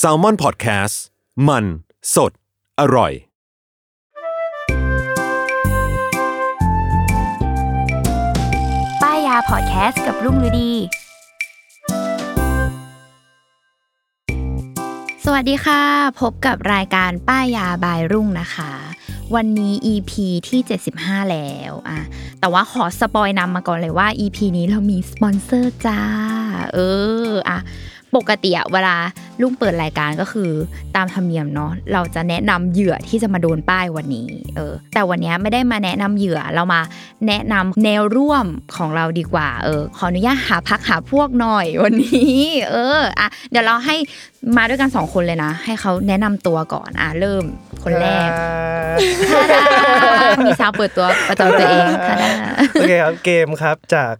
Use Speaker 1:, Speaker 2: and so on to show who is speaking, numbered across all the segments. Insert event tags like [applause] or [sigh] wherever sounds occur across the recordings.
Speaker 1: s a l ม o n PODCAST มันสดอร่อย
Speaker 2: ป้ายาพอดแคสต์กับรุ่งฤดี สวัสดีค่ะ พบกับรายการป้ายาบายรุ่งนะคะ วันนี้ EP ที่ 75 แล้วอ่ะแต่ว่าขอสปอยนำมาก่อนเลยว่า EP นี้เรามีสปอนเซอร์จ้า เอออ่ะปกติอะเวลาลุงเปิดรายการก็คือตามธรรมเนียมเนาะเราจะแนะนำเหยื่อที่จะมาโดนป้ายวันนี้เออแต่วันนี้ไม่ได้มาแนะนำเหยื่อเรามา แนะนำแนวร่วมของเราดีกว่า เออ ขออนุญาตหาพักหาพวกหน่อยวันนี้ เออ อ่ะ เดี๋ยวเราให้มาด้วยกันสองคนเลยนะ ให้เขาแนะนำตัวก่อน อ่ะ เริ่มคนแร
Speaker 3: [laughs]
Speaker 2: กทาดามีสาวเปิดตัวประจำตัวเองทาดา
Speaker 3: โอเคครับ เกมครับจาก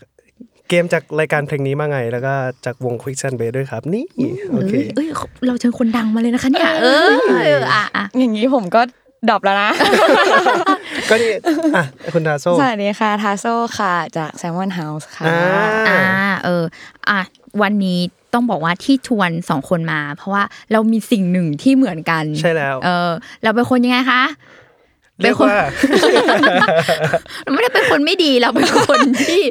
Speaker 3: เกมจากรายการเพลงนี้มาไง แล้วก็จากวง Quick s a n d b a y ด้วยครับ นี่ [laughs] โอเค
Speaker 2: เอ้ยเอ้ย เราเชิญคนดังมาเลยนะคะเนี่ย เออเอออ่ะอ่ะ
Speaker 4: อย่างนี้ผมก็ดับแล้ว
Speaker 3: [laughs]
Speaker 4: นะ
Speaker 3: ก็นี่ อ่ะ คุณดาโซ
Speaker 4: สวัสดีค่ะ ทาโซค่ะ จากแซมมอนเฮาส์ค่ะ
Speaker 3: อ่า
Speaker 2: อ่า เออ อ่ะ วันนี้ต้องบอกว่าที่ชวนสองคนมา เพราะว่าเรามีสิ่งหนึ่งที่เหมือนกัน
Speaker 3: ใช่แล้ว
Speaker 2: เออเราเป็นคนยังไงคะ
Speaker 3: [laughs] เรียกว่า
Speaker 2: เราไม่ได้เป็นคนไม่ดีเราเป็นคน ที่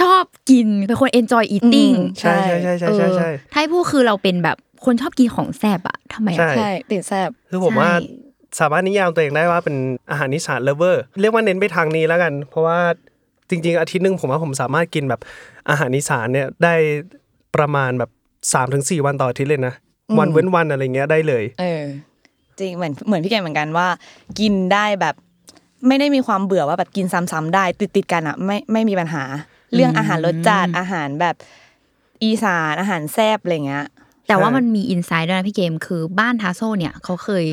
Speaker 2: ชอบกินเป็นคน enjoy eating
Speaker 4: อืม
Speaker 3: ใช่ใช่ใช่ใช่ใช่ใช่
Speaker 2: เออถ้าให้พูดคือเราเป็นแบบคนชอบกินของแซ่บอะทำไมอะ
Speaker 3: ใช่
Speaker 4: ใช่ติดแซบ
Speaker 3: คือผมว่า
Speaker 2: ใช่
Speaker 3: สามารถนิยามตัวเองได้ว่าเป็นอาหารนิสานเลเวอร์ เรียกว่าเน้นไปทางนี้แล้วกัน เพราะว่าจริง ๆ อาทิตย์หนึ่งผมว่าผมสามารถกินแบบอาหารนิสานเนี่ยได้ประมาณแบบ3าถึงสวันต่ออาทิตย์เลยนะ
Speaker 4: อืม
Speaker 3: วันเว้นวันอะไรเงี้ยได้เลย
Speaker 4: เออ จริงเหมือนเหมือนพี่แกเหมือนกันว่า กินได้แบบ ไม่ได้มีความเบื่อว่าแบบกินซ้ำๆได้ติดติดๆกันอ่ะไม่ไม่มีปัญหา เรื่องอาหารรสจัดอาหารแบบอีสานอาหารแซบอะไรเงี้ย
Speaker 2: แต่ว่า
Speaker 3: ใช่
Speaker 2: มันมีอินไซด์ด้วยนะพี่เกมคือบ้านทาโซเนี่ยเขาเคย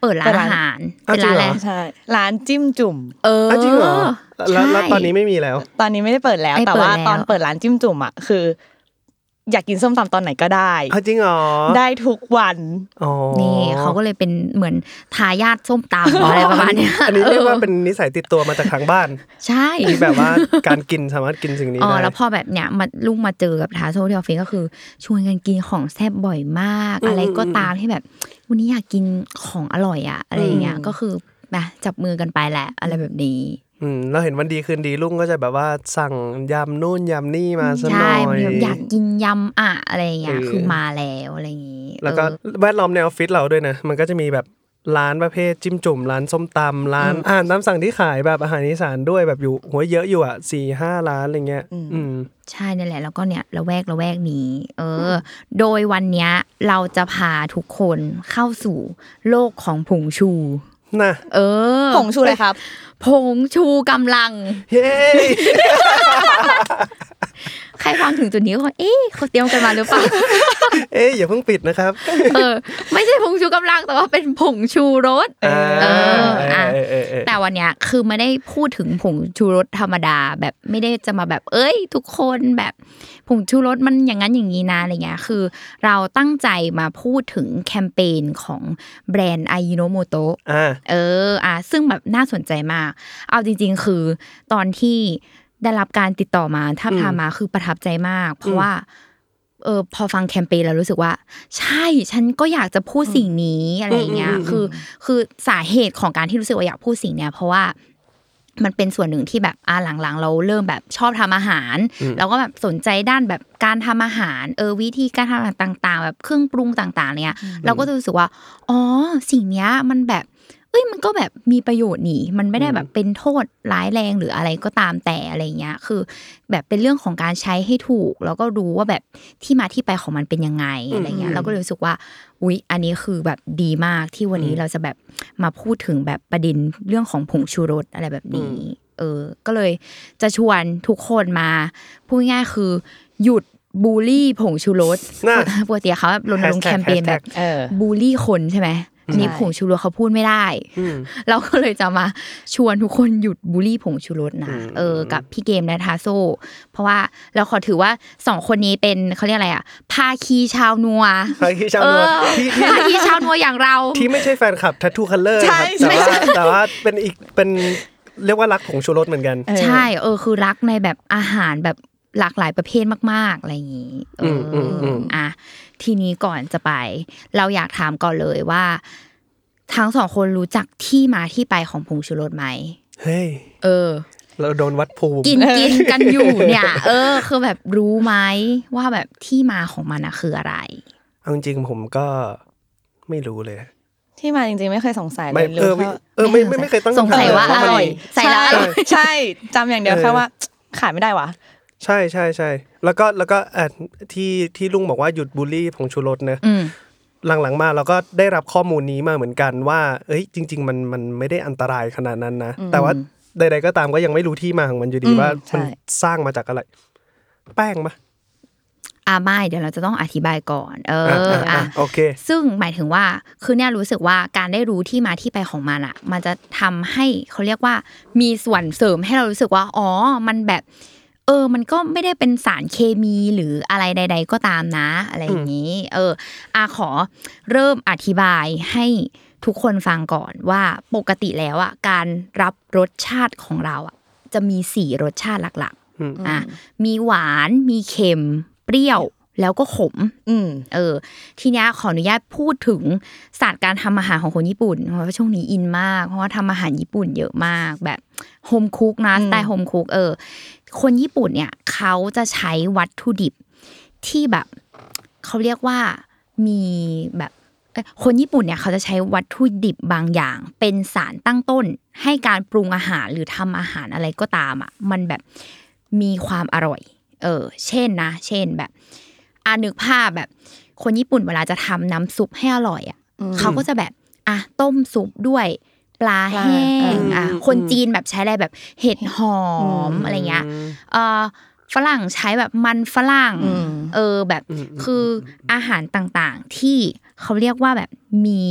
Speaker 2: เปิดร้าน
Speaker 4: เปิด
Speaker 2: อา
Speaker 4: ร้าน
Speaker 2: หาร
Speaker 3: อ้าว
Speaker 2: เป็นร้าน
Speaker 3: จริง
Speaker 2: อะไร
Speaker 3: เหรอ
Speaker 4: ใช่ร้านจิ้มจุ่ม
Speaker 2: เออ
Speaker 3: อ่ะจริงเหรอแล้วแล้ว
Speaker 2: ใช่
Speaker 3: ตอนนี้ไม่มีแล้ว
Speaker 4: ตอนนี้ไม่ได้เปิดแล้ว
Speaker 2: ไม่
Speaker 4: แต่
Speaker 2: เปิด
Speaker 4: ว่า
Speaker 2: แล้ว
Speaker 4: ตอนเปิดร้านจิ้มจุ่มอ่ะคือ อยากกินส้มตำตอนไหนก็ได้
Speaker 3: อ้าวจริงเหรอ
Speaker 4: ได้ทุกวัน
Speaker 3: อ๋อ
Speaker 2: นี่เขาก็เลยเป็นเหมือนทายาทส้มตำ
Speaker 3: [laughs]
Speaker 2: อะไรประมาณเนี้ย
Speaker 3: อันนี้เรียกว่า
Speaker 2: ออ
Speaker 3: เป็นนิสัยติดตัวมาจากทางบ้าน
Speaker 2: ใช่
Speaker 3: ที่แบบว่าการกินสามารถกินสิ่งนี้
Speaker 2: อ๋อ
Speaker 3: ได้
Speaker 2: แล้วพอแบบเนี้ยมาลุงมาเจอกับทาโซที่ออฟฟิศก็คือ ชวนกันกินของแซ่บบ่อยมาก
Speaker 3: อืม
Speaker 2: อะไรก็
Speaker 3: อืม
Speaker 2: ตามที่แบบ วันนี้อยากกินของอร่อยอะอะไรอย่างเงี้ย
Speaker 4: อืม
Speaker 2: ก็คือมาจับมือกันไปแหละ อะไรแบบนี้
Speaker 3: อืมเราเห็นวันดีคืนดีลุงก็จะแบบว่าสั่งยำนู่นยำนี่มาซะหน่
Speaker 2: ใช่
Speaker 3: อย
Speaker 2: มีแบบอยากกินยำอะอะไรอย่างเงี้ย
Speaker 3: เออ
Speaker 2: คือมาแล้วอะไรอย่างงี้
Speaker 3: แล้วก็
Speaker 2: เออ
Speaker 3: แวดล้อมในออฟฟิศเราด้วยนะ มันก็จะมีแบบร้านประเภทจิ้มจุ่มร้านส้มตำร้านอาหารตามสั่งที่ขายแบบอาหารอีสานด้วยแบบอยู่หัวเยอะอยู่อ่ะสี่ห้าร้านอะไรเงี้ย อืม
Speaker 2: ใช่นั่นแหละแล้วก็เนี่ยละแวกละแวกนี้ เออ โดยวันเนี้ยเราจะพาทุกคนเข้าสู่โลกของผงชู
Speaker 3: น่ะ
Speaker 2: เออ
Speaker 4: ผงชูเลยครับ
Speaker 2: ผงชูกำลัง
Speaker 3: เฮ้ [laughs] ย
Speaker 2: ใครฟังถึงจุดนี้ก็คงเอ๊ะเขาเตรียมกันมาหรือเปล่า
Speaker 3: เอ้ยอย่าเพิ่งปิดนะครับ
Speaker 2: เออ ไม่ใช่ผงชูกำลังแต่ว่าเป็นผงชูรส เอออ่ะ
Speaker 3: เเออเออ
Speaker 2: แต่วันเนี้ยคือไม่ได้พูดถึงผงชูรสธรรมดา แบบไม่ได้จะมาแบบ เอ้ย ทุกคนแบบผงชูรสมันอย่างนั้นอย่างนี้นะอะไรเงี้ยคือ เราตั้งใจมาพูดถึงแคมเปญของแบรนด์ไอโนโมโต
Speaker 3: อ่า
Speaker 2: เออ อ่ะ ซึ่งแบบน่าสนใจมาก เอาจริง ๆ คือตอนที่ได้รับการติดต่อมาท้าบทามมาคือประทับใจมาก เพราะว่า เออ พอฟังแคมเปญแล้วรู้สึกว่า ใช่ ฉันก็อยากจะพูดสิ่งนี้อะไรอย่างเงี้ย
Speaker 3: อืมอืมอืม
Speaker 2: คือ คือสาเหตุของการที่รู้สึกว่าอยากพูดสิ่งเนี้ย เพราะว่า มันเป็นส่วนหนึ่งที่แบบอ่าหลังๆ เราเริ่มแบบชอบทำอาหารเราก็แบบสนใจด้านแบบการทำอาหาร เออวิธีการทำอาหารต่างๆ แบบเครื่องปรุงต่างๆ เนี่ย เราก็จะรู้สึกว่าอ๋อสิ่งเนี้ยมันแบบ เอ้ยมันก็แบบมีประโยชน์นี่มันไม่ได้แบบเป็นโทษร้ายแรงหรืออะไรก็ตามแต่อะไรเงี้ย คือ แบบเป็นเรื่องของการใช้ให้ถูก แล้วก็รู้ว่าแบบที่มาที่ไปของมันเป็นยังไงอะไรเงี้ยเราก็เลยรู้สึกว่า อุ๊ย อันนี้คือแบบดีมากที่วันนี้เราจะแบบมาพูดถึงแบบประเด็นเรื่องของผงชูรสอะไรแบบนี้ เออ ก็เลยจะชวนทุกคนมาพูดง่ายๆคือ หยุดบูลลี่ผงชูรส
Speaker 3: น่ะ
Speaker 2: ปกติเขาแบบรณรงค์แคมเปญแบบ
Speaker 4: เออ
Speaker 2: บูลลี่คนใช่ไหมอันนี้
Speaker 4: ใช่
Speaker 2: ผงชูรสเขาพูดไม่ได้ เราก็เลยจะมาชวนทุกคนหยุดบูลลี่ผงชูรสนะ เออ กับพี่เกมและทาโซ เพราะว่าเราขอถือว่าสองคนนี้เป็นเขาเรียกอะไรอ่ะ ภาคีชาวนัว
Speaker 3: ภาคีชาวนัว
Speaker 2: เออ
Speaker 3: ที่ที่
Speaker 2: ภาคีชาวนัวอย่างเรา
Speaker 3: ที่ไม่ใช่แฟนคลับทัตทูคัลเลอร์
Speaker 4: ใช่
Speaker 3: แต่ว่า
Speaker 4: ใช่
Speaker 3: แต่ว่าเป็นอีกเป็นเรียกว่ารักของชูรสเหมือนกัน
Speaker 2: ใช่ เออ คือรักในแบบอาหารแบบหลากหลายประเภทมาก ๆ อะไรอย่างนี้เอออ
Speaker 3: มอืม
Speaker 2: อ่ะ ทีนี้ก่อนจะไป เราอยากถามก่อนเลยว่า ทั้งสองคนรู้จักที่มาที่ไปของผงชูรสไหม
Speaker 3: เฮ้ย
Speaker 2: เออ
Speaker 3: เราโดนวัดภูมิ
Speaker 2: กิ
Speaker 3: [laughs]
Speaker 2: นกินกันอยู่เนี่ย เออ คือแบบรู้ไหมว่าแบบที่มาของมันอะคืออะไร
Speaker 3: เอาจริงๆผมก็ไม่รู้เลย
Speaker 4: ที่มาจริงๆไม่เคยสงสัยเล
Speaker 3: ไม่
Speaker 4: ย
Speaker 3: เออ
Speaker 4: รู้
Speaker 3: ไม่
Speaker 4: แค่
Speaker 3: เออไม่ไม่ไม่เคยตั้งคำถ
Speaker 2: สง
Speaker 3: ม
Speaker 2: สัยว่าอร่อย ใส่แล้วอร่อย
Speaker 4: ใช่จำอย่างเดียวแค่ว่าขาดไม่ได้วะ
Speaker 3: ใช่ใช่ใช่แล้วก็แล้วก็เอ่อที่ที่ลุงบอกว่าหยุดบูลลี่ผงชูรสนะ
Speaker 2: อืม
Speaker 3: หลังๆมาเราก็ได้รับข้อมูลนี้มาเหมือนกันว่า เอ้ยจริง ๆ มันมันไม่ได้อันตรายขนาดนั้นนะ แต่ว่าใด ๆ ก็ตามก็ยังไม่รู้ที่มาของมันอยู่ดี
Speaker 4: อืม
Speaker 3: ว่ามัน
Speaker 4: ใช่
Speaker 3: สร้างมาจากอะไร แป้งปะ
Speaker 2: อ่าไม่เดี๋ยวเราจะต้องอธิบายก่อน เออ
Speaker 3: ะะ
Speaker 2: อ่ะ
Speaker 3: โอเค
Speaker 2: ซึ่งหมายถึงว่าคือเนี่ยรู้สึกว่าการได้รู้ที่มาที่ไปของมันอะมันจะทำให้เขาเรียกว่ามีส่วนเสริมให้เรารู้สึกว่า อ๋อ มันแบบ เออ มันก็ไม่ได้เป็นสารเคมีหรืออะไรใด ๆ ก็ตามนะ อะไรอย่างนี้ เอออาขอเริ่มอธิบายให้ทุกคนฟังก่อนว่าปกติแล้วอะการรับรสชาติของเราอะจะมีสี่รสชาติหลัก
Speaker 3: อืม
Speaker 2: ๆอ่ะมีหวานมีเค็ม เปรี้ยวแล้วก็ขม
Speaker 4: อืม
Speaker 2: เออทีเนี้ยขออนุญาตพูดถึงศาสตร์การทำอาหารของคนญี่ปุ่นเพราะว่าช่วงนี้อินมาก เพราะว่าทำอาหารญี่ปุ่นเยอะมากแบบโฮมคุกนะสไตล์โฮมคุกเออ คนญี่ปุ่นเนี่ยเขาจะใช้วัตถุดิบที่แบบเขาเรียกว่ามีแบบเอ่อคนญี่ปุ่นเนี่ยเขาจะใช้วัตถุดิบบางอย่าง เป็นสารตั้งต้น ให้การปรุงอาหารหรือทำอาหารอะไรก็ตามอ่ะมันแบบมีความอร่อย เออ เช่นนะ เช่นแบบอานึกภาพแบบ คนญี่ปุ่นเวลาจะทำน้ำซุปให้อร่อยอ่ะเขาก็จะแบบอ่ะต้มซุปด้วยปลา
Speaker 4: ปลา
Speaker 2: แห้ง
Speaker 4: อืม
Speaker 2: อ่ะคนจีนแบบใช้อะไรแบบเห็ดหอมอะไรเงี้ย เอ่อฝรั่งใช้แบบมันฝรั่ง
Speaker 4: อืม
Speaker 2: เออแบบคืออาหารต่างๆที่เขาเรียกว่าแบบมี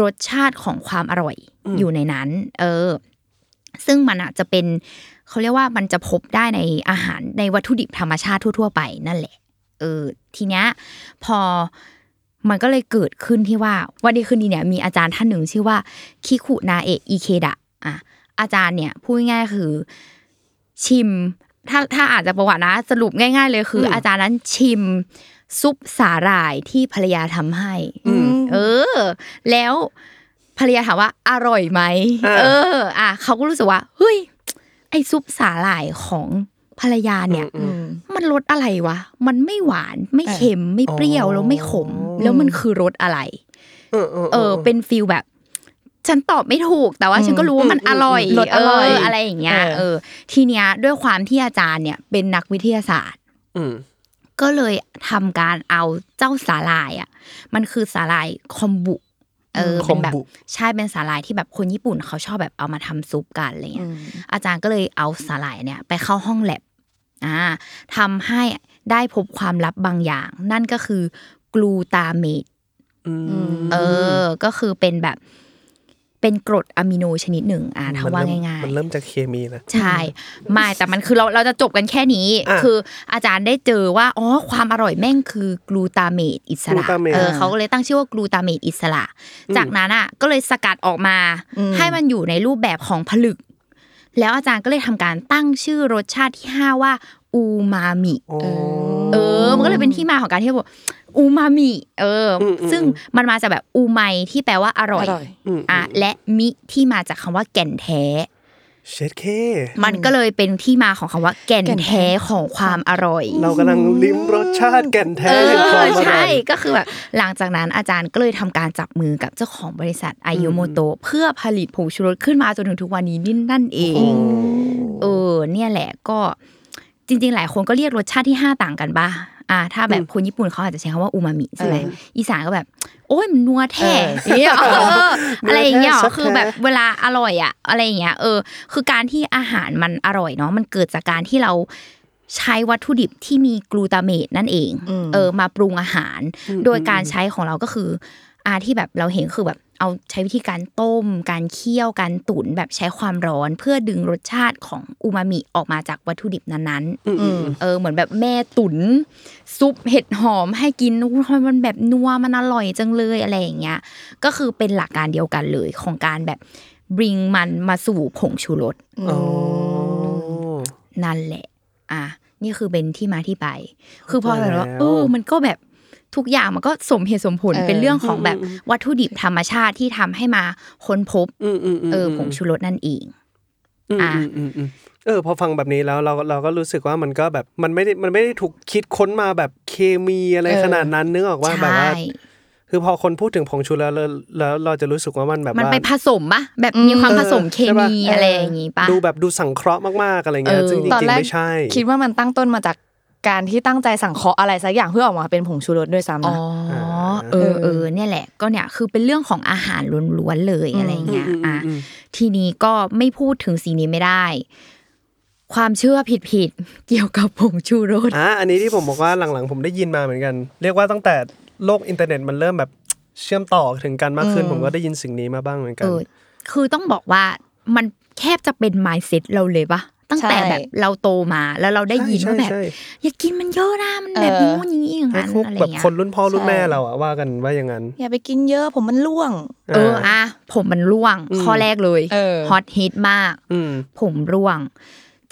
Speaker 2: รสชาติของความอร่อยอยู่ในนั้น เออ ซึ่งมันอะจะเป็นเขาเรียกว่ามันจะพบได้ในอาหารในวัตถุดิบธรรมชาติทั่ว ๆ ไปนั่นแหละ เออทีเนี้ยพอมันก็เลยเกิดขึ้นที่ว่าวันดีคืนดีเนี่ยมีอาจารย์ท่านหนึ่งชื่อว่าคิคุนาเอะอิเคดะอ่ะอาจารย์เนี่ยพูดง่ายๆคือ ชิม ถ้าถ้าอาจจะประวัตินะ สรุปง่าย ๆ เลยคือ อาจารย์นั้นชิมซุปสาหร่ายที่ภรรยาทำให้ เออ แล้วภรรยาถามว่าอร่อยไหม
Speaker 3: อ่า
Speaker 2: เออ อ่ะเขาก็รู้สึกว่าเฮ้ยไอซุปสาหร่ายของภรรยาเนี่ย
Speaker 4: อืม
Speaker 2: มันรสอะไรวะ มันไม่หวาน ไม่เค็ม ไม่เปรี้ยว แล้วไม่ขม แล้วมันคือรสอะไร
Speaker 3: เออเออ
Speaker 2: เออ เป็นฟิลแบบ ฉันตอบไม่ถูก แต่ว่าฉันก็รู้ว่ามันอร่อย
Speaker 4: รสอร่อย
Speaker 2: เอะไรอย่างเงี้ย
Speaker 4: เออ
Speaker 2: เออ ทีเนี้ยด้วยความที่อาจารย์เนี่ยเป็นนักวิทยาศาสตร์
Speaker 3: อืม
Speaker 2: ก็เลยทำการเอาเจ้าสาลายอ่ะ มันคือสาลายคอมบุ เออ
Speaker 3: ค
Speaker 2: เป็
Speaker 3: อม
Speaker 2: นแบบ
Speaker 3: บุ
Speaker 2: ใช่เป็นสาลายที่แบบคนญี่ปุ่นเขาชอบแบบเอามาทำซุปกันอะไรเงี้ย อาจารย์ก็เลยเอาสาลายเนี่ยไปเข้าห้องแลบอ่าทำให้ได้พบความลับบางอย่าง นั่นก็คือกลูตาเมต
Speaker 4: อืม
Speaker 2: เออ ก็คือเป็นแบบ เป็นกรดอะมิโนชนิดหนึ่ง อ่ะถ้า
Speaker 3: มัน
Speaker 2: ว่า
Speaker 3: เริ่ม
Speaker 2: ง่าย
Speaker 3: มันเริ่มจากเคมีนะ
Speaker 2: ๆ ใช่ไม่แต่มันคือเราเราจะจบกันแค่นี้
Speaker 3: อ่ะ
Speaker 2: คืออาจารย์ได้เจอว่า อ๋อ ความอร่อยแม่งคือกลูตาเมตอิสระ
Speaker 3: glutamate
Speaker 2: เออเขาก็เลยตั้งชื่อว่ากลูตาเมตอิสระ จากนั้นอ่ะ ก็เลยสกัดออกมา ให้มันอยู่ในรูปแบบของผลึก แล้วอาจารย์ก็เลยทำการตั้งชื่อรสชาติที่ห้าว่าอูมามิ
Speaker 3: โอ้
Speaker 2: เออ มันก็เลยเป็นที่มาของการที่เราบอกอูมามิ เอออ ซึ่งมันมาจากแบบอูไมที่แปลว่าอร่อย
Speaker 4: อร่อย
Speaker 2: อ่ะและมิที่มาจากคำว่าแก่นแท้
Speaker 3: เชดเค
Speaker 2: มันก็เลยเป็นที่มาของคำว่าแก่นแท้ของความอร่อย
Speaker 3: เรากำลังลิ้มรสชาติแก่นแท้
Speaker 2: เอ
Speaker 3: แห่งความ
Speaker 2: อ
Speaker 3: อร่
Speaker 2: ใช่
Speaker 3: อย
Speaker 2: ก็คือแบบหลังจากนั้นอาจารย์ก็เลยทำการจับมือกับเจ้าของบริษัทไอโยโมโตเพื่อผลิตผงชูรสขึ้นมาจนถึงทุกวันนี้นี่นั่นเอง เออ เนี่ยแหละก็จริง ๆ หลายคนก็เรียกรสชาติที่ 5 ต่างกันป่ะอ่า ถ้าแบบคนญี่ปุ่นเขาอาจจะใช้คำว่าอูมามิใช่ไหมอีสานก็แบบ โอ้ยมันนัวแท้เนี่ยเอออะไรอย่างเงี้ย
Speaker 3: นัวแท้
Speaker 2: คือแบบ [laughs] เวลาอร่อยอะอะไรอย่างเงี้ยเออ คือการที่อาหารมันอร่อยเนาะมันเกิดจากการที่เราใช้วัตถุดิบที่มีกลูตาเมตนั่นเอง เออมาปรุงอาหาร โดยการใช้ของเราก็คืออาที่แบบเราเห็นคือแบบเอาใช้วิธีการต้ม การเคี่ยวการตุ๋นแบบใช้ความร้อน เพื่อดึงรสชาติของอูมามิออกมาจากวัตถุดิบนั้นๆเออเหมือนแบบแม่ตุ๋นซุปเห็ดหอมให้กินอุ๊ยทำไมมันแบบนัวมันอร่อยจังเลยอะไรอย่างเงี้ยก็คือเป็นหลักการเดียวกันเลยของการแบบ bring มันมาสู่ผงชูรส
Speaker 3: อ๋อ
Speaker 2: นั่นแหละ อ่ะ นี่คือเป็นที่มาที่ไป คือพอแบบว่า เออ มันก็แบบทุกอย่างมันก็สมเหตุสมผล
Speaker 4: เออ
Speaker 2: เป็นเรื่องของแบบวัตถุดิบธรรมชาติที่ทำให้มาค้นพบ
Speaker 3: อืมอืมม
Speaker 2: เออผงชูรสนั่นเอง
Speaker 3: อืม
Speaker 2: อ่ะ
Speaker 3: อืมอืมอืมเออพอฟังแบบนี้แล้วเราเราก็รู้สึกว่ามันก็แบบมันไม่ได้มันไม่ได้ถูกคิดค้นมาแบบเคมีอะไรขนาดนั้นนึกออกว่าแบบ
Speaker 2: ใช่
Speaker 3: ว่า คือพอคนพูดถึงผงชูรสแล้วแล้วแล้วเราจะรู้สึกว่ามันแบบ
Speaker 2: มัน
Speaker 3: ว่า
Speaker 2: ไปผสมปะแบบมีความผสมเค
Speaker 3: ใช่ปะ
Speaker 2: มีอะไรอย่างงี้ปะ
Speaker 3: ดูแบบดูสังเคราะห์มากๆอะไรเงี้ย
Speaker 2: เออ
Speaker 3: ซึ่งจ
Speaker 4: ตอน
Speaker 3: ริง
Speaker 4: แร
Speaker 3: ๆ
Speaker 4: ก
Speaker 3: ไม่ใช่
Speaker 4: คิดว่ามันตั้งต้นมาจากการที่ตั้งใจสังเคราะห์อะไรสักอย่างเพื่อออกมาเป็นผงชูรสด้วยซ้ำ
Speaker 2: อ๋อ
Speaker 4: นะ
Speaker 2: เออเออเนี่ยแหละ ก็เนี่ยคือเป็นเรื่องของอาหารล้วนๆเลยอะไรอย่างเงี้ย อ่ะ ทีนี้ก็ไม่พูดถึงสีนี้ไม่ได้ ความเชื่อผิดๆ เกี่ยวกับผงชูรส
Speaker 3: อ่ะอันนี้ที่ผมบอกว่าหลังๆ ผมได้ยินมาเหมือนกัน เรียกว่าตั้งแต่โลกอินเทอร์เน็ตมันเริ่มแบบเชื่อมต่อถึงกันมากขึ้น ผมก็ได้ยินสิ่งนี้มาบ้างเหมือนกั
Speaker 2: เอน อคือต้องบอกว่ามันแคบจะเป็น mindset เราเลยปะตั้งแต่
Speaker 4: ใช่
Speaker 2: แบบเราโตมาแล้วเราได้ยิน
Speaker 3: ใช่
Speaker 2: ว่าแบบ
Speaker 3: ใช่
Speaker 2: อย่ากินมันเยอะนะมันแบบอย่างงู้นอย่างนี้อย่าง
Speaker 3: ไอ้
Speaker 2: นั้น
Speaker 3: พวก
Speaker 2: อะไร
Speaker 3: แบบ
Speaker 2: เงี้ย
Speaker 3: คนรุ่นพ่อรุ่นแม่เราอะว่ากันว่าอย่างนั้น
Speaker 4: อย่าไปกินเยอะผมมันร่วง
Speaker 2: เอออ่ะผมมันร่วงข้อแรกเลย
Speaker 4: เออ
Speaker 2: ฮอตฮิตมาก
Speaker 3: อืม
Speaker 2: ผมร่วง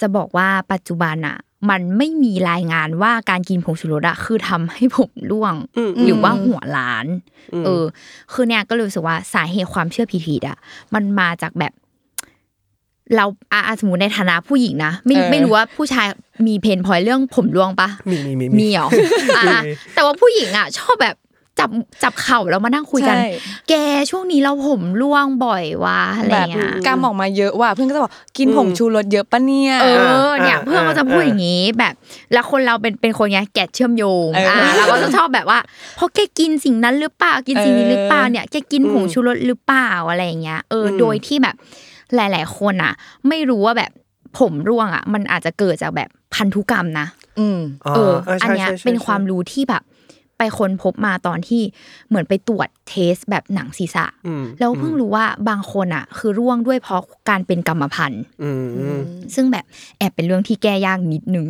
Speaker 2: จะบอกว่าปัจจุบันอะมันไม่มีรายงานว่าการกินผงชูรสอะคือทำให้ผมร่วง หรือว่าหัวล้าน เออ คือเนี่ยก็เลยรู้สึกว่าสาเหตุความเชื่อผิดๆอะมันมาจากแบบ เราอาอาสมมติในฐานะผู้หญิงนะไม่
Speaker 4: เออ
Speaker 2: ไม่รู้ว่าผู้ชายมีเพนพอยเรื่องผมร่วงปะ
Speaker 3: มีมีมีมี
Speaker 2: มีเหรออ่ะ
Speaker 3: มี
Speaker 2: แต่ว่าผู้หญิงอะชอบแบบจับจับเข่าแล้วมานั่งคุยกัน
Speaker 4: ใช่
Speaker 2: แกช่วงนี้เราผมร่วงบ่อยว่ะอะไร
Speaker 4: แบบ
Speaker 2: เงี้ย
Speaker 4: กำออกมาเยอะว่ะเพื่อนก็จะบอกกินผงชูรสเยอะปะเนี่ย
Speaker 2: เออเนี่ย
Speaker 3: อ่า
Speaker 2: เพื่อนก็จะพูดอย่างนี้แบบ แล้วคนเราเป็นเป็นคนไงแกะเชื่อมโยง
Speaker 4: เอออ่
Speaker 2: อ่าเราก็จะชอบแบบว่าเพราะแกกินสิ่งนั้นหรือเปล่ากินสิ่งนี้หรือเปล่าเนี่ยแกกินผงชูรสหรือเปล่าอะไรอย่างเงี้ยเอออโดยที่แบบหลาย ๆ คนอ่ะ ไม่รู้ว่าแบบผมร่วงอ่ะ มันอาจจะเกิดจากแบบพันธุกรรมนะ
Speaker 4: อืม
Speaker 2: เออ
Speaker 3: า
Speaker 2: อัน
Speaker 3: ใช่
Speaker 2: เนี้ย
Speaker 3: ใช่ใช่
Speaker 2: เป็นความรู้ที่แบบ ไปค้นพบมาตอนที่เหมือนไปตรวจเทสแบบหนังศีรษะ
Speaker 3: อืม
Speaker 2: แล้วเพิ่งรู้ว่าบางคนอ่ะ คือร่วงด้วยเพราะการเป็นกรรมพันธุ์
Speaker 3: อืมอืม
Speaker 2: ซึ่งแบบแอบเป็นเรื่องที่แก้ยากนิดนึง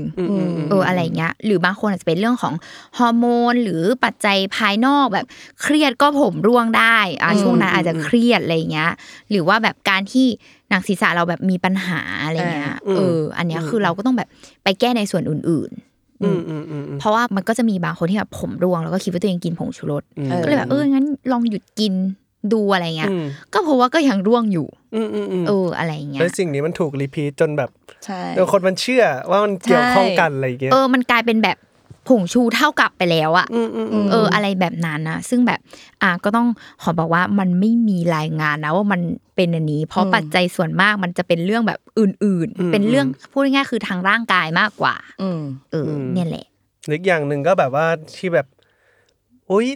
Speaker 2: เอออะไรเงี้ย หรือบางคนอาจจะเป็นเรื่องของฮอร์โมน หรือปัจจัยภายนอกแบบเครียดก็ผมร่วงได้อ่ะช่วงนั้นอาจจะเครียดอะไรเงี้ย หรือว่าแบบการที่หนังศีรษะเราแบบมีปัญหาอะไรเงี้ยเออ อันเนี้ยคือเราก็ต้องแบบไปแก้ในส่วนอื่นๆ เพราะว่ามันก็จะมีบางคนที่แบบผมร่วงแล้วก็คิดว่าตัวเองกินผงชูรสก็เลยแบบเอองั้นลองหยุดกินดูอะไรเงี้ย
Speaker 3: อืม
Speaker 2: ก็เพราะว่าก็ยังร่วงอยู่
Speaker 3: อืมอืมอืม
Speaker 2: เอออะไรเงี้ย
Speaker 3: แล้วสิ่งนี้มันถูกรีพีทจนแบบ
Speaker 4: ใช่
Speaker 3: จนคนมันเชื่อว่ามันเกี่ยวข้องกันอะไรอย่างเงี้ย
Speaker 2: เออ มันกลายเป็นแบบผงชูเท่ากับไปแล้วอะเออ อะไรแบบนั้นนะ ซึ่งแบบ อ่ะก็ต้องขอบอกว่ามันไม่มีรายงานนะว่ามันเป็นอันนี้ เพราะปัจจัยส่วนมากมันจะเป็นเรื่องแบบอื่น ๆ เป็นเรื่องพูดง่ายๆคือทางร่างกายมากกว่า
Speaker 4: อืม
Speaker 2: เอออเนี่ยแหละ
Speaker 3: หรืออีกอย่างหนึ่งก็แบบว่าที่แบบอุ้ย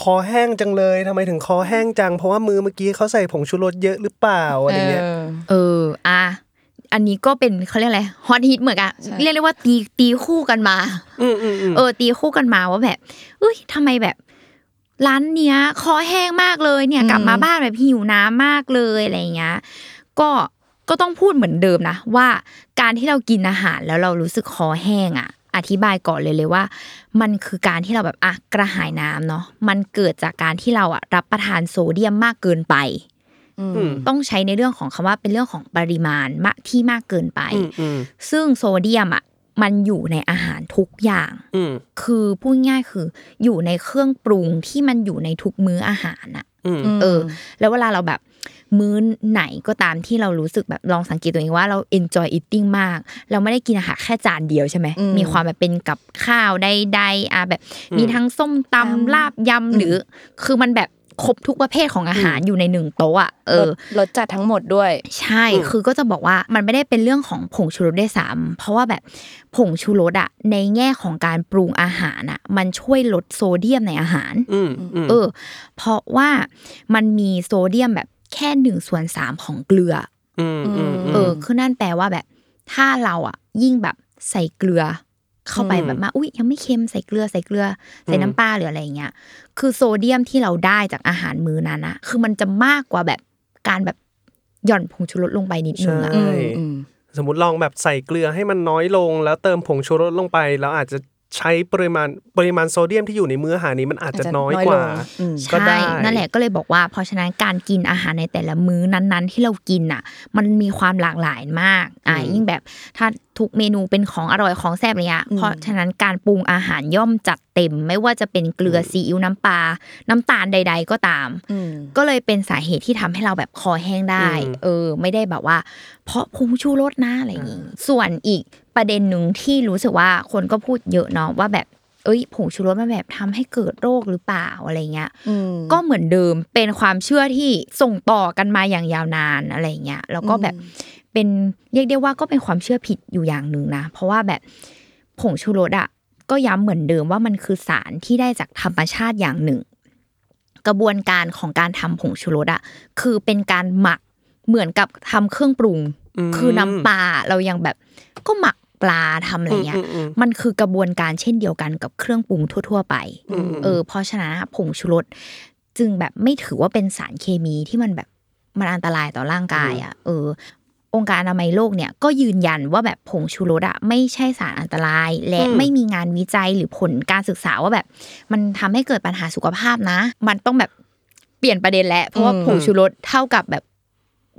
Speaker 3: คอแห้งจังเลยทำไมถึงคอแห้งจัง เพราะว่ามือเมื่อกี้เขาใส่ผงชูรสเยอะหรือเปล่าอะไรเงี้ย
Speaker 2: เออ อ่ะ อันนี้ก็เป็นเขาเรียกอะไรฮอตฮิตเหมือนกัน เรียกได้ว่าตีตีคู่กันมา
Speaker 3: อืมอืมอืม
Speaker 2: เออตีคู่กันมาว่าแบบเอ้ยทำไมแบบร้านเนี้ยคอแห้งมากเลยเนี่ยกลับมาบ้านแบบหิวน้ำมากเลยอะไรอย่างเงี้ยก็ก็ต้องพูดเหมือนเดิมนะว่าการที่เรากินอาหารแล้วเรารู้สึกคอแห้งอ่ะ อธิบายก่อนเลยเลยว่า มันคือการที่เราแบบอ่ะกระหายน้ำเนาะมันเกิดจากการที่เราอ่ะรับประทานโซเดียมมากเกินไป ต้องใช้ในเรื่องของคำว่าเป็นเรื่องของปริมาณมากที่มากเกินไป ซึ่งโซเดียมอ่ะมันอยู่ในอาหารทุกอย่าง
Speaker 3: อืม
Speaker 2: คือพูดง่ายๆคืออยู่ในเครื่องปรุงที่มันอยู่ในทุกมื้ออาหารอะ
Speaker 3: อืม
Speaker 2: เออ แล้วเวลาเราแบบมื้อไหนก็ตามที่เรารู้สึกแบบลองสังเกตตัวเองว่าเรา enjoy eating มาก เราไม่ได้กินอาหารแค่จานเดียวใช่ไหม
Speaker 4: อืม
Speaker 2: มีความแบบเป็นกับข้าวได้ได้อ่ะแบบ มีทั้งส้มตำลาบยำหรือ คือมันแบบครบทุกประเภทของอาหารอยู่ในหนึ่งโต๊ะอ่ะเออ
Speaker 4: รสรสจัดทั้งหมดด้วย
Speaker 2: ใช่ คือก็จะบอกว่ามันไม่ได้เป็นเรื่องของผงชูรสได้วยซ้ำเพราะว่าแบบผงชูรสอะในแง่ของการปรุงอาหารอะมันช่วยลดโซเดียมในอาหาร
Speaker 3: อืมอืม
Speaker 2: เออ เพราะว่ามันมีโซเดียมแบบแค่หนึ่งส่วนสามของเกลือ
Speaker 3: อืมอืม
Speaker 2: อเออ คือนั่นแปลว่าแบบ ถ้าเราอะยิ่งแบบใส่เกลือ เข้าไป
Speaker 3: อืม
Speaker 2: แบบมาอุ๊ยยังไม่เค็มใส่เกลือใส่เกลือใส่
Speaker 3: อืม
Speaker 2: น้ำปลาหรืออะไรอย่างเงี้ย คือโซเดียมที่เราได้จากอาหารมื้อนั้นอะคือมันจะมากกว่าแบบการแบบหย่อนผงชูรสลงไปนิดนึงอะ
Speaker 3: ใช่สมมติลองแบบใส่เกลือให้มันน้อยลง แล้วเติมผงชูรสลงไป แล้วอาจจะใช้ปริมาณปริมาณโซเดียมที่อยู่ในมื้ออาหารนี้มันอาจจะน้อยกว่า
Speaker 4: อาจจะน้อยลงอืม
Speaker 3: ก็
Speaker 2: ใช่
Speaker 3: ได้
Speaker 2: นั่นแหละก็เลยบอกว่า เพราะฉะนั้นการกินอาหารในแต่ละมื้อนั้นๆ ที่เรากินอ่ะ มันมีความหลากหลายมากอ่ะยิ่งแบบถ้าทุกเมนูเป็นของอร่อยของแซ่บอะไรเงี้ยเพราะฉะนั้นการปรุงอาหารย่อมจัดเต็ม ไม่ว่าจะเป็นเกลืออซีอิ๊วน้ำปลาน้ำตาลใด ๆ ก็ตาม
Speaker 4: อืม
Speaker 2: ก็เลยเป็นสาเหตุที่ทำให้เราแบบคอแห้งได้
Speaker 3: อืม
Speaker 2: เออ ไม่ได้แบบว่า เพราะพุงชูรสนะอะไรอย่างงี้ส่วนอีกประเด็นหนึ่งที่รู้สึกว่าคนก็พูดเยอะเนาะว่าแบบ เอ้ยผงชูรสมันแบบทำให้เกิดโรคหรือเปล่าอะไรเงี้ย
Speaker 4: อืม
Speaker 2: ก็เหมือนเดิมเป็นความเชื่อที่ส่งต่อกันมาอย่างยาวนานอะไรเงี้ยแล้วก็แบบเป็นเรียกได้ว่าก็เป็นความเชื่อผิดอยู่อย่างหนึ่งนะ เพราะว่าแบบผงชูรสอ่ะก็ย้ำเหมือนเดิมว่ามันคือสารที่ได้จากธรรมชาติอย่างหนึ่ง กระบวนการของการทำผงชูรสอ่ะคือเป็นการหมักเหมือนกับทำเครื่องปรุง คือน้ำปลาเรายังแบบก็หมักปลาทำอะไรเงี้ย มันคือกระบวนการเช่นเดียวกันกับเครื่องปรุงทั่ว ๆ ไป เออ เพราะฉะนั้นอะผงชูรสจึงแบบไม่ถือว่าเป็นสารเคมีที่มันแบบมันอันตรายต่อร่างกายอ่ะ เออ องค์การอนามัยโลกเนี่ยก็ยืนยันว่าแบบผงชูรสอะไม่ใช่สารอันตราย และไม่มีงานวิจัยหรือผลการศึกษาว่าแบบ มันทำให้เกิดปัญหาสุขภาพนะ มันต้องแบบเปลี่ยนประเด็นแล้วเพราะว่าผงชูรสเท่ากับแบบ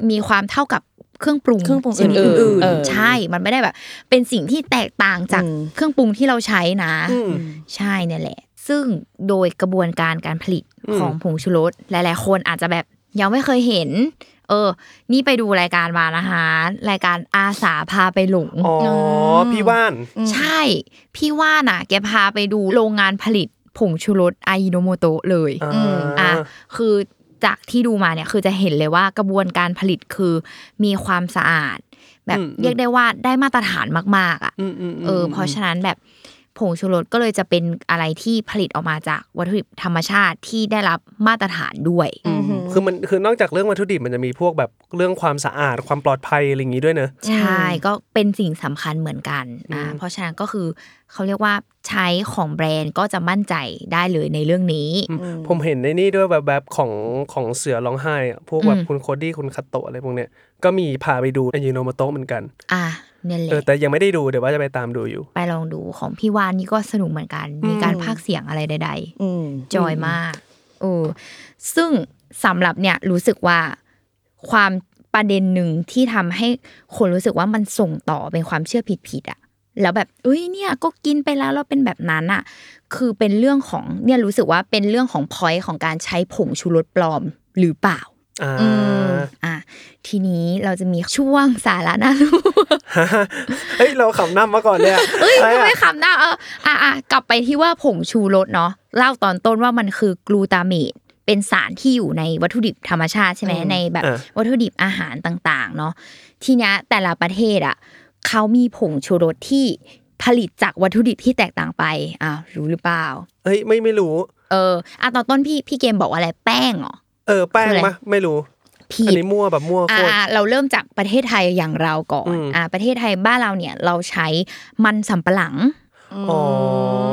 Speaker 2: มีความเท่ากับเครื่องปรุง
Speaker 4: เครื่องปรุง
Speaker 2: ชนิด
Speaker 4: อื่
Speaker 2: อื่
Speaker 4: น
Speaker 2: น
Speaker 4: ๆเออ
Speaker 2: ๆใช่ มันไม่ได้แบบ เป็นสิ่งที่แตกต่างจากเครื่องปรุงที่เราใช้นะ ใช่เนี่ยแหละ ซึ่งโดยกระบวนการการผลิตของผงชูรสหลาย ๆ คนอาจจะแบบยังไม่เคยเห็น เออ นี่ไปดูรายการมานะคะรายการอาสาพาไปหลง
Speaker 3: อ๋อพี่ว่าน
Speaker 2: ใช่ พี่ว่าน่ะ แกพาไปดูโรงงานผลิตผงชูรสไอโนโมโตะเลย
Speaker 3: อ่า
Speaker 2: อ่ะคือจากที่ดูมาเนี่ยคือจะเห็นเลยว่ากระบวนการผลิตคือมีความสะอาด แบบเรียกได้ว่าได้มาตรฐานมาก ๆ อ่ะเออ เพราะฉะนั้นแบบผงชูรสก็เลยจะเป็นอะไรที่ผลิตออกมาจากวัตถุดิบธรรมชาติที่ได้รับมาตรฐานด้วย
Speaker 3: คือมันคือนอกจากเรื่องวัตถุดิบมันจะมีพวกแบบเรื่องความสะอาดความปลอดภัยอะไรอย่างนี้ด้วยเนอะ
Speaker 2: ใช่ก็เป็นสิ่งสำคัญเหมือนกันอ่าเพราะฉะนั้นก็คือเขาเรียกว่าใช้ของแบรนด์ก็จะมั่นใจได้เลยในเรื่องนี้
Speaker 3: ผมเห็นในนี่ด้วยแบบแบบของของเสือร้องไห้อะพวกแบบ
Speaker 2: อืม
Speaker 3: คุณโคดี้คุณคาโตะอะไรพวกเนี้ยก็มีพาไปดูอันยูโนมโตะเหมือนกัน
Speaker 2: อ่ะเนี่ยแห
Speaker 3: เออ
Speaker 2: ละ
Speaker 3: แต่ยังไม่ได้ดูเดี๋ยวว่าจะไปตามดูอยู่
Speaker 2: ไปลองดูของพี่วานนี่ก็สนุกเหมือนกัน มีการพากย์เสียงอะไรใด
Speaker 4: อืม
Speaker 2: ๆ จอยมากเออซึ่งสำหรับเนี่ยรู้สึกว่าความประเด็นหนึ่งที่ทำให้คนรู้สึกว่ามันส่งต่อเป็นความเชื่อผิดๆอะแล้วแบบเอ้ยเนี่ยก็กินไปแล้วเราเป็นแบบนั้นอะคือเป็นเรื่องของเนี่ยรู้สึกว่าเป็นเรื่องของพอยต์ของการใช้ผงชูรสปลอมหรือเปล่า
Speaker 3: อ่า
Speaker 2: อ่ะทีนี้เราจะมีช่วงสาระน่ารู้
Speaker 3: เฮ้ยเราขำน้ำมาก่อนเลยอะ
Speaker 2: เอ้ยทำไม
Speaker 3: อะ
Speaker 2: ขำหน้าเอออ่ะอ่ะกลับไปที่ว่าผงชูรสเนาะเล่าตอนต้นว่ามันคือกลูตาเมตเป็นสารที่อยู่ในวัตถุดิบธรรมชาติใช่ไหมในแบบวัตถุดิบอาหารต่าง ๆ เนาะทีเนี้ยแต่ละประเทศอ่ะเขามีผงชูรสที่ผลิตจากวัตถุดิบที่แตกต่างไปอ้าวรู้หรือเปล่า
Speaker 3: เฮ้ยไม่ไม่รู้
Speaker 2: เอออ่ะตอนต้นพี่พี่เกมบอกว่าอะไรแป้งเหรอ
Speaker 3: เออแป้ง
Speaker 2: คืออะไร
Speaker 3: มะไม่รู้
Speaker 2: ผิ
Speaker 3: อัน
Speaker 2: ด
Speaker 3: นี้มั่วแบบมั่วโค
Speaker 2: อ่า
Speaker 3: ตร
Speaker 2: เราเริ่มจากประเทศไทยอย่างเราก่อน
Speaker 3: อืม
Speaker 2: อ่าประเทศไทยบ้านเราเนี่ยเราใช้มันสำปะหลัง
Speaker 3: อ๋อ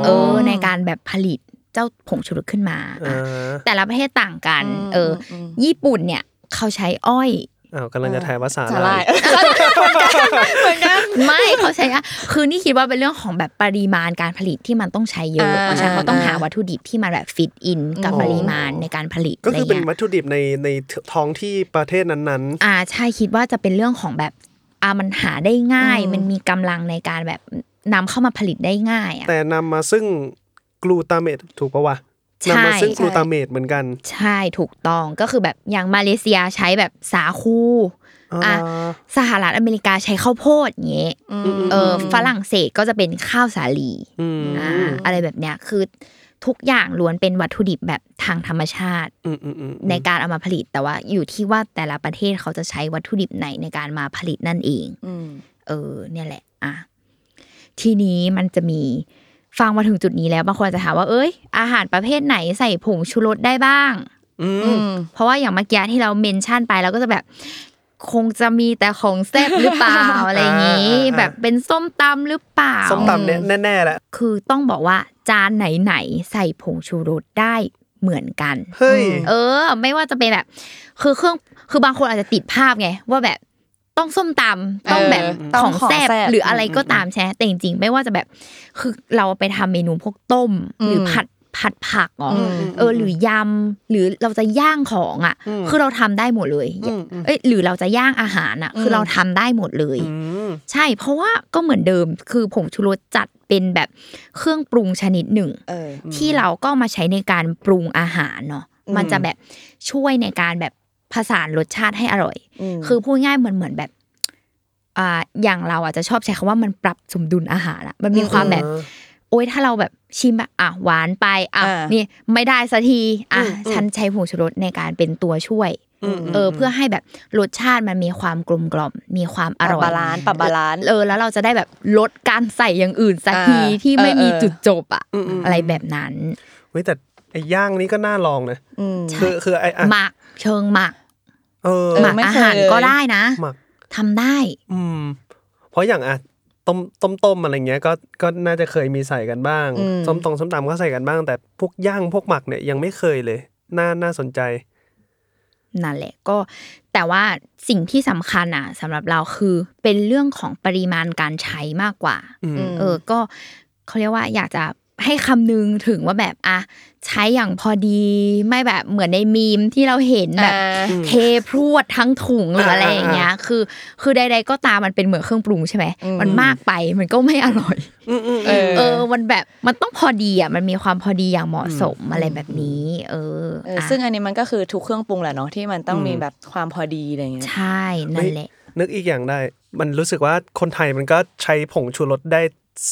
Speaker 2: เออในการแบบผลิตเจ้าผงชูรสขึ้นมา
Speaker 3: เอ
Speaker 2: อ่ะ
Speaker 3: อ
Speaker 2: แต่ละประเทศต่างกัน เอออญี่ปุ่นเนี่ยเขาใช้อ้อย
Speaker 3: อ้าวกำลังจะถ่ายภาษา
Speaker 4: สาหร่าย
Speaker 2: ไม่เขาใช้อะคือนี่คิดว่าเป็นเรื่องของแบบปริมาณการผลิตที่มันต้องใช้เยอะ
Speaker 4: อ่า
Speaker 2: เพราะฉะนั้นเขาต้องหาวัตถุดิบที่มันแบบฟิตอินกับปริมาณในการผลิต
Speaker 3: ก็คือ
Speaker 2: อะไร
Speaker 3: เป็น
Speaker 2: เงี้ย
Speaker 3: วัตถุดิบในในท้องที่ประเทศนั้น
Speaker 2: อ่าใช่คิดว่าจะเป็นเรื่องของแบบอ่ามันหาได้ง่าย มันมีกำลังในการแบบนำเข้ามาผลิตได้ง่ายอ่ะ
Speaker 3: ๆ แต่นำมาซึ่งกลูตาเมตถูกปะวะ นำ
Speaker 2: ใช่
Speaker 3: มาซึ่งกลูตาเมตเหมือนกัน
Speaker 2: ใช่ถูกต้องก็คือแบบอย่างมาเลเซียใช้แบบสาคู
Speaker 3: อ่า
Speaker 2: อ่ะสหรัฐอเมริกาใช้ข้าวโพดอย่างเงี้ยเออฝรั่งเศสก็จะเป็นข้าวสาลี
Speaker 3: อืม
Speaker 2: อ่าอะไรแบบเนี้ยคือทุกอย่างล้วนเป็นวัตถุดิบแบบทางธรรมชาติ
Speaker 3: อืมอืมอืม
Speaker 2: ในการเอามาผลิตแต่ว่าอยู่ที่ว่าแต่ละประเทศเขาจะใช้วัตถุดิบไหนในการมาผลิตนั่นเอง
Speaker 4: อืม
Speaker 2: เออ เนี่ยแหละ อ่ะ ทีนี้มันจะมีฟังมาถึงจุดนี้แล้วบางคนอาจจะถามว่าเอ้ย อาหารประเภทไหนใส่ผงชูรสได้บ้าง
Speaker 3: อืม
Speaker 4: อืม
Speaker 2: เพราะว่าอย่างเมื่อกี้ที่เราเมนชั่นไปเราก็จะแบบ คงจะมีแต่ของแซ่บหรือเปล่า อะไรอย่างนี้
Speaker 3: อ่าอ่า
Speaker 2: แบบเป็นส้มตำหรือเปล่า
Speaker 3: ส้มตำเนี่ยแน่ๆแหละ
Speaker 2: คือต้องบอกว่าจานไหนๆใส่ผงชูรสได้เหมือนกัน
Speaker 3: เฮ้ย
Speaker 2: เออ ไม่ว่าจะเป็นแบบ คือเครื่องคือบางคนอาจจะติดภาพไง ว่าแบบต้องส้มตำต้องแบบ
Speaker 4: เต้
Speaker 2: ของแซ่บหรืออะไรก็
Speaker 4: ม
Speaker 2: ตามใช่ไหมแต่จริงๆไม่ว่าจะแบบ คือเราไปทำเมนูพวกต้ม
Speaker 4: อืม
Speaker 2: หรือผัดผัดผักอ๋ออ
Speaker 4: ม
Speaker 2: เออ หรือยำหรือเราจะย่างของอ่ะ
Speaker 3: อืม
Speaker 2: คือเราทำได้หมดเลย
Speaker 3: อืมอืม
Speaker 2: เอ้ยหรือเราจะย่างอาหารอ่ะ คือเราทำได้หมดเลย
Speaker 3: อืม
Speaker 2: ใช่ เพราะว่าก็เหมือนเดิมคือผงชูรสจัดเป็นแบบเครื่องปรุงชนิดหนึ่ง
Speaker 4: เออ
Speaker 2: ที่เราก็มาใช้ในการปรุงอาหารเนาะ มันจะแบบช่วยในการแบบผสานรสชาติให้อร่อย
Speaker 4: อืม
Speaker 2: คือพูดง่ายเหมือนเหมือนแบบ อ่า อย่างเราอาจจะชอบใช้คำว่ามันปรับสมดุลอาหารอะมันมีความแบบ โอ๊ยถ้าเราแบบชิมแบบอ่ะหวานไปอ่ะ
Speaker 4: อ่านี่
Speaker 2: นี่ไม่ได้สักทีอ่ะฉันใช้ผงชูรสในการเป็นตัวช่วย เออ เพื่อให้แบบรสชาติมันมีความกลมกล่อม มีความอร่อย
Speaker 4: ปรับบาลานซ์ปรับบาลานซ์
Speaker 2: เออแล้วเราจะได้แบบลดการใส่อย่างอื่นสักที
Speaker 4: อ่า
Speaker 2: ที่ไม่
Speaker 4: เออ
Speaker 2: มี
Speaker 4: เออ
Speaker 2: จุดจบอ่ะอะไรแบบนั้น
Speaker 3: เฮ้ยแต่ไอ้ย่างนี้ก็น่าลองนะ
Speaker 4: อืม
Speaker 3: คือคือไอ้อ่ะ
Speaker 2: หมักเชิงหมัก
Speaker 3: เออ
Speaker 2: หมัก
Speaker 4: ไม่
Speaker 2: อา
Speaker 4: เคย
Speaker 2: หารก็ได้นะ
Speaker 3: หมัก
Speaker 2: ทำได้
Speaker 3: อืมเพราะอย่างอ่ะต้มต้มต้มอะไรเงี้ยก็ก็น่าจะเคยมีใส่กันบ้าง
Speaker 4: อืม
Speaker 3: ส้มตรงส้มตำก็ใส่กันบ้าง แต่พวกย่างพวกหมักเนี่ยยังไม่เคยเลย น่าน่าสนใจ
Speaker 2: นั่นแหละก็ แต่ว่าสิ่งที่สำคัญอ่ะสำหรับเราคือเป็นเรื่องของปริมาณการใช้มากกว่า
Speaker 3: อืม
Speaker 2: เออก็เขาเรียกว่าอยากจะให้คำนึงถึงว่าแบบอ่ะใช้อย่างพอดีไม่แบบเหมือนในมีมที่เราเห็นแบบ
Speaker 4: อ่า
Speaker 2: เทพรวดทั้งถุงหรืออะไรอย่างเงี้ย คือ คือใดๆก็ตามมันเป็นเหมือนเครื่องปรุงใช่ไหมมันมากไปมันก็ไม่อร่อย
Speaker 4: เออ
Speaker 2: เออ มันแบบมันต้องพอดีอ่ะ มันมีความพอดีอย่างเหมาะสมอะไรแบบนี้ เออ
Speaker 4: เออ
Speaker 2: อ่ะ
Speaker 4: ซึ่งอันนี้มันก็คือทุกเครื่องปรุงแหละเนาะที่มันต้องมีแบบความพอดีอะไรเงี้ย
Speaker 2: ใช่นั่นแหละ
Speaker 3: นึกอีกอย่างได้ มันรู้สึกว่าคนไทยมันก็ใช้ผงชูรสได้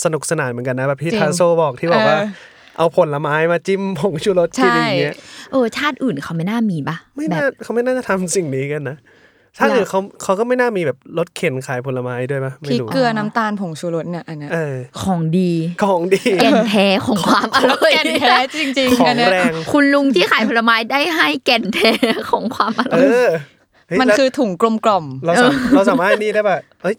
Speaker 3: สนุกสนานเหมือนกันนะแบบที่ทาโซบอกที่บอกว่า เอาผลไม้มาจิ้มผงชูรสกินอย่างเงี้ย
Speaker 2: เออ ชาติอื่นเขาไม่น่ามีปะ
Speaker 3: ไม่
Speaker 2: แบบ
Speaker 3: น่าเขาไม่น่าจะทำสิ่งนี้กันนะถ้าเกิดเขาเขาก็ไม่น่ามีแบบรถเข็นขายผลไม้ด้วยปะ
Speaker 4: พริ
Speaker 3: ไม่
Speaker 4: ก
Speaker 3: รู้
Speaker 4: เกลือน้ำตาลผงชูรสเนี่ยอันเนี้ย
Speaker 3: เออ
Speaker 2: ของดี
Speaker 3: ของดี
Speaker 2: แก่นแท้ของความอร่อย
Speaker 4: แก่นแท้จริง
Speaker 3: ข
Speaker 4: ๆ
Speaker 3: อ
Speaker 4: อั
Speaker 3: ง
Speaker 4: นเนี้ย
Speaker 3: แรง
Speaker 2: คุณลุงที่ขายผลไม้ได้ให้แก่นแท้ของความอร่
Speaker 3: เอ
Speaker 2: อย
Speaker 3: อเฮ้ย
Speaker 4: มัน
Speaker 3: แล้ว
Speaker 4: คือถุงกลมกล่อม
Speaker 3: เราสามเราสามารถนี่ได้แบบเอ้ย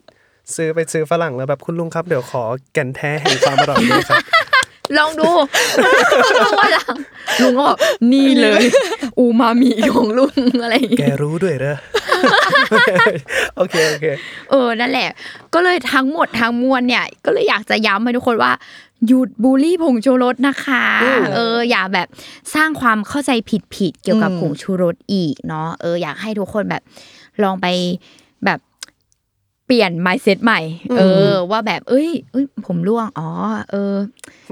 Speaker 3: ซื้อไปซื้อฝรั่งแล้วแบบคุณลุงครับเดี๋ยวขอแก่นแท้แห่งความอร่อยด้วยครับ
Speaker 2: ลอง [laughs] ดูลองวันหลังลุงก็บอกนี่เลย อูมามิของลุงอะไรอย่างเงี้ย
Speaker 3: แกรู้ด้วยเหรอ [laughs] โอเคโอเค
Speaker 2: เออ นั่นแหละ ก็เลยทั้งหมดทั้งมวลเนี่ย ก็เลยอยากจะย้ำให้ทุกคนว่า หยุดบูลลี่ผงชูรสนะคะ เออ อย่าแบบสร้างความเข้าใจผิดๆ เกี่ยวกับผงชูรสอีกเนาะ เออ อยากให้ทุกคนแบบลองไปแบบเปลี่ยน mindset ใหม่ เออ ว่าแบบ เอ้ยเอ้ย ผมร่วง อ๋อ เออ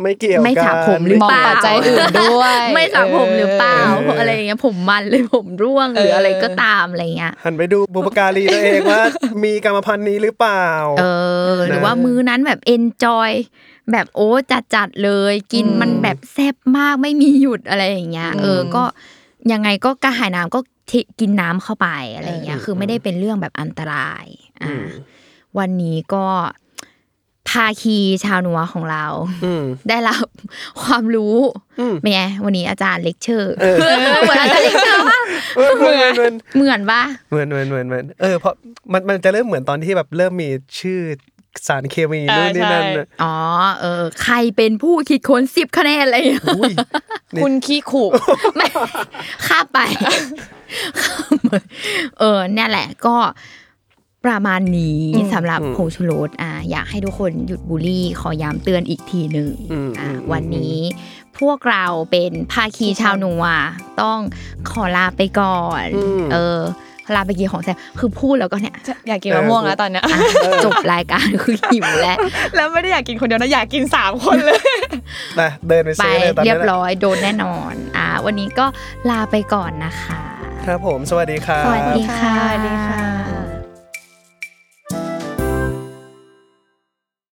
Speaker 3: ไม่เกี่ยวกัน
Speaker 2: ไม่สระผมหรือ
Speaker 4: มอง
Speaker 2: เปล่า
Speaker 4: ปัจจัยอื่นด้วย
Speaker 2: ไม่สระผมหรือเปล่า
Speaker 3: เอออ
Speaker 2: อะไรอย่างเงี้ย ผมมันเลยผมร่วงหรืออะไรก็ตามอะไรอย่างเงี้ย
Speaker 3: หันไปดูบุปการีตัวเองว่า มีกรรมพันธุ์นี้หรือเปล่า
Speaker 2: เออหรือว่ามื้อนั้นแบบ enjoy แบบโอ้จัดจัดๆเลย กินมันแบบแซ่บมากไม่มีหยุดอะไรอย่างเงี้ยเออก็ยังไงก็กระหายน้ำก็ทิกินน้ำเข้าไปอะไรอย่างเงี้ยคือไม่ได้เป็นเรื่องแบบอันตรายอ่าวันนี้ก็ภาคีชาวนัวของเรา
Speaker 3: อืม
Speaker 2: ได้รับความรู้
Speaker 3: อืม
Speaker 2: เป็นไงวันนี้อาจารย์เลคเชอร์เหมือนอาจารย์เลคเชอร์ว่า
Speaker 3: เหมือนเหมือน
Speaker 2: เห
Speaker 3: เหมือน
Speaker 2: มือนปะ
Speaker 3: เหมือนเหมือนเหมือนเหมือนเออเพราะมันมันจะเริ่มเหมือนตอนที่แบบเริ่มมีชื่อสารเคมีนู่นนี่นั่นน่ะ
Speaker 2: อ๋อเออ ใครเป็นผู้คิดค้นสิบคะแนนอะไรอย่างเงี้ย
Speaker 3: อุ้ย
Speaker 4: คุณขี้ขู่
Speaker 2: ไม่ [laughs] ข้ามไป [laughs] ข้ามไปเออเนี่ยแหละก็ประมาณนี้สำหรับผงชูรสอ่ะอยากให้ทุกคนหยุดบูลลี่ ขอย้ำเตือนอีกทีหนึ่ง
Speaker 3: อืม
Speaker 2: อ่ะ
Speaker 3: อืม
Speaker 2: วันนี้พวกเราเป็นภาคีชาวนัวต้องขอลาไปก่อน เออ ลาไปกินของแซ่บคือพูดแล้วก็เนี่ย
Speaker 4: อยากกินมะม่วงแล้วตอนเนี้ย
Speaker 2: อ่ะจบรายการคือหิว
Speaker 3: [laughs]
Speaker 2: แล้ว
Speaker 4: แล้วไม่ได้อยากกินคนเดียวนะอยากกินสามคนเลย
Speaker 3: นะเดินไป
Speaker 2: ไป
Speaker 3: ซื้อเลยตอน
Speaker 2: เรียบ
Speaker 3: นี้แหละ
Speaker 2: ร้อยโดนแน่นอน อ่า วันนี้ก็ลาไปก่อนนะคะ
Speaker 3: ครับผมสวัสดีครับ
Speaker 2: สวัสดีค่ะ
Speaker 4: สวัสดีค่ะ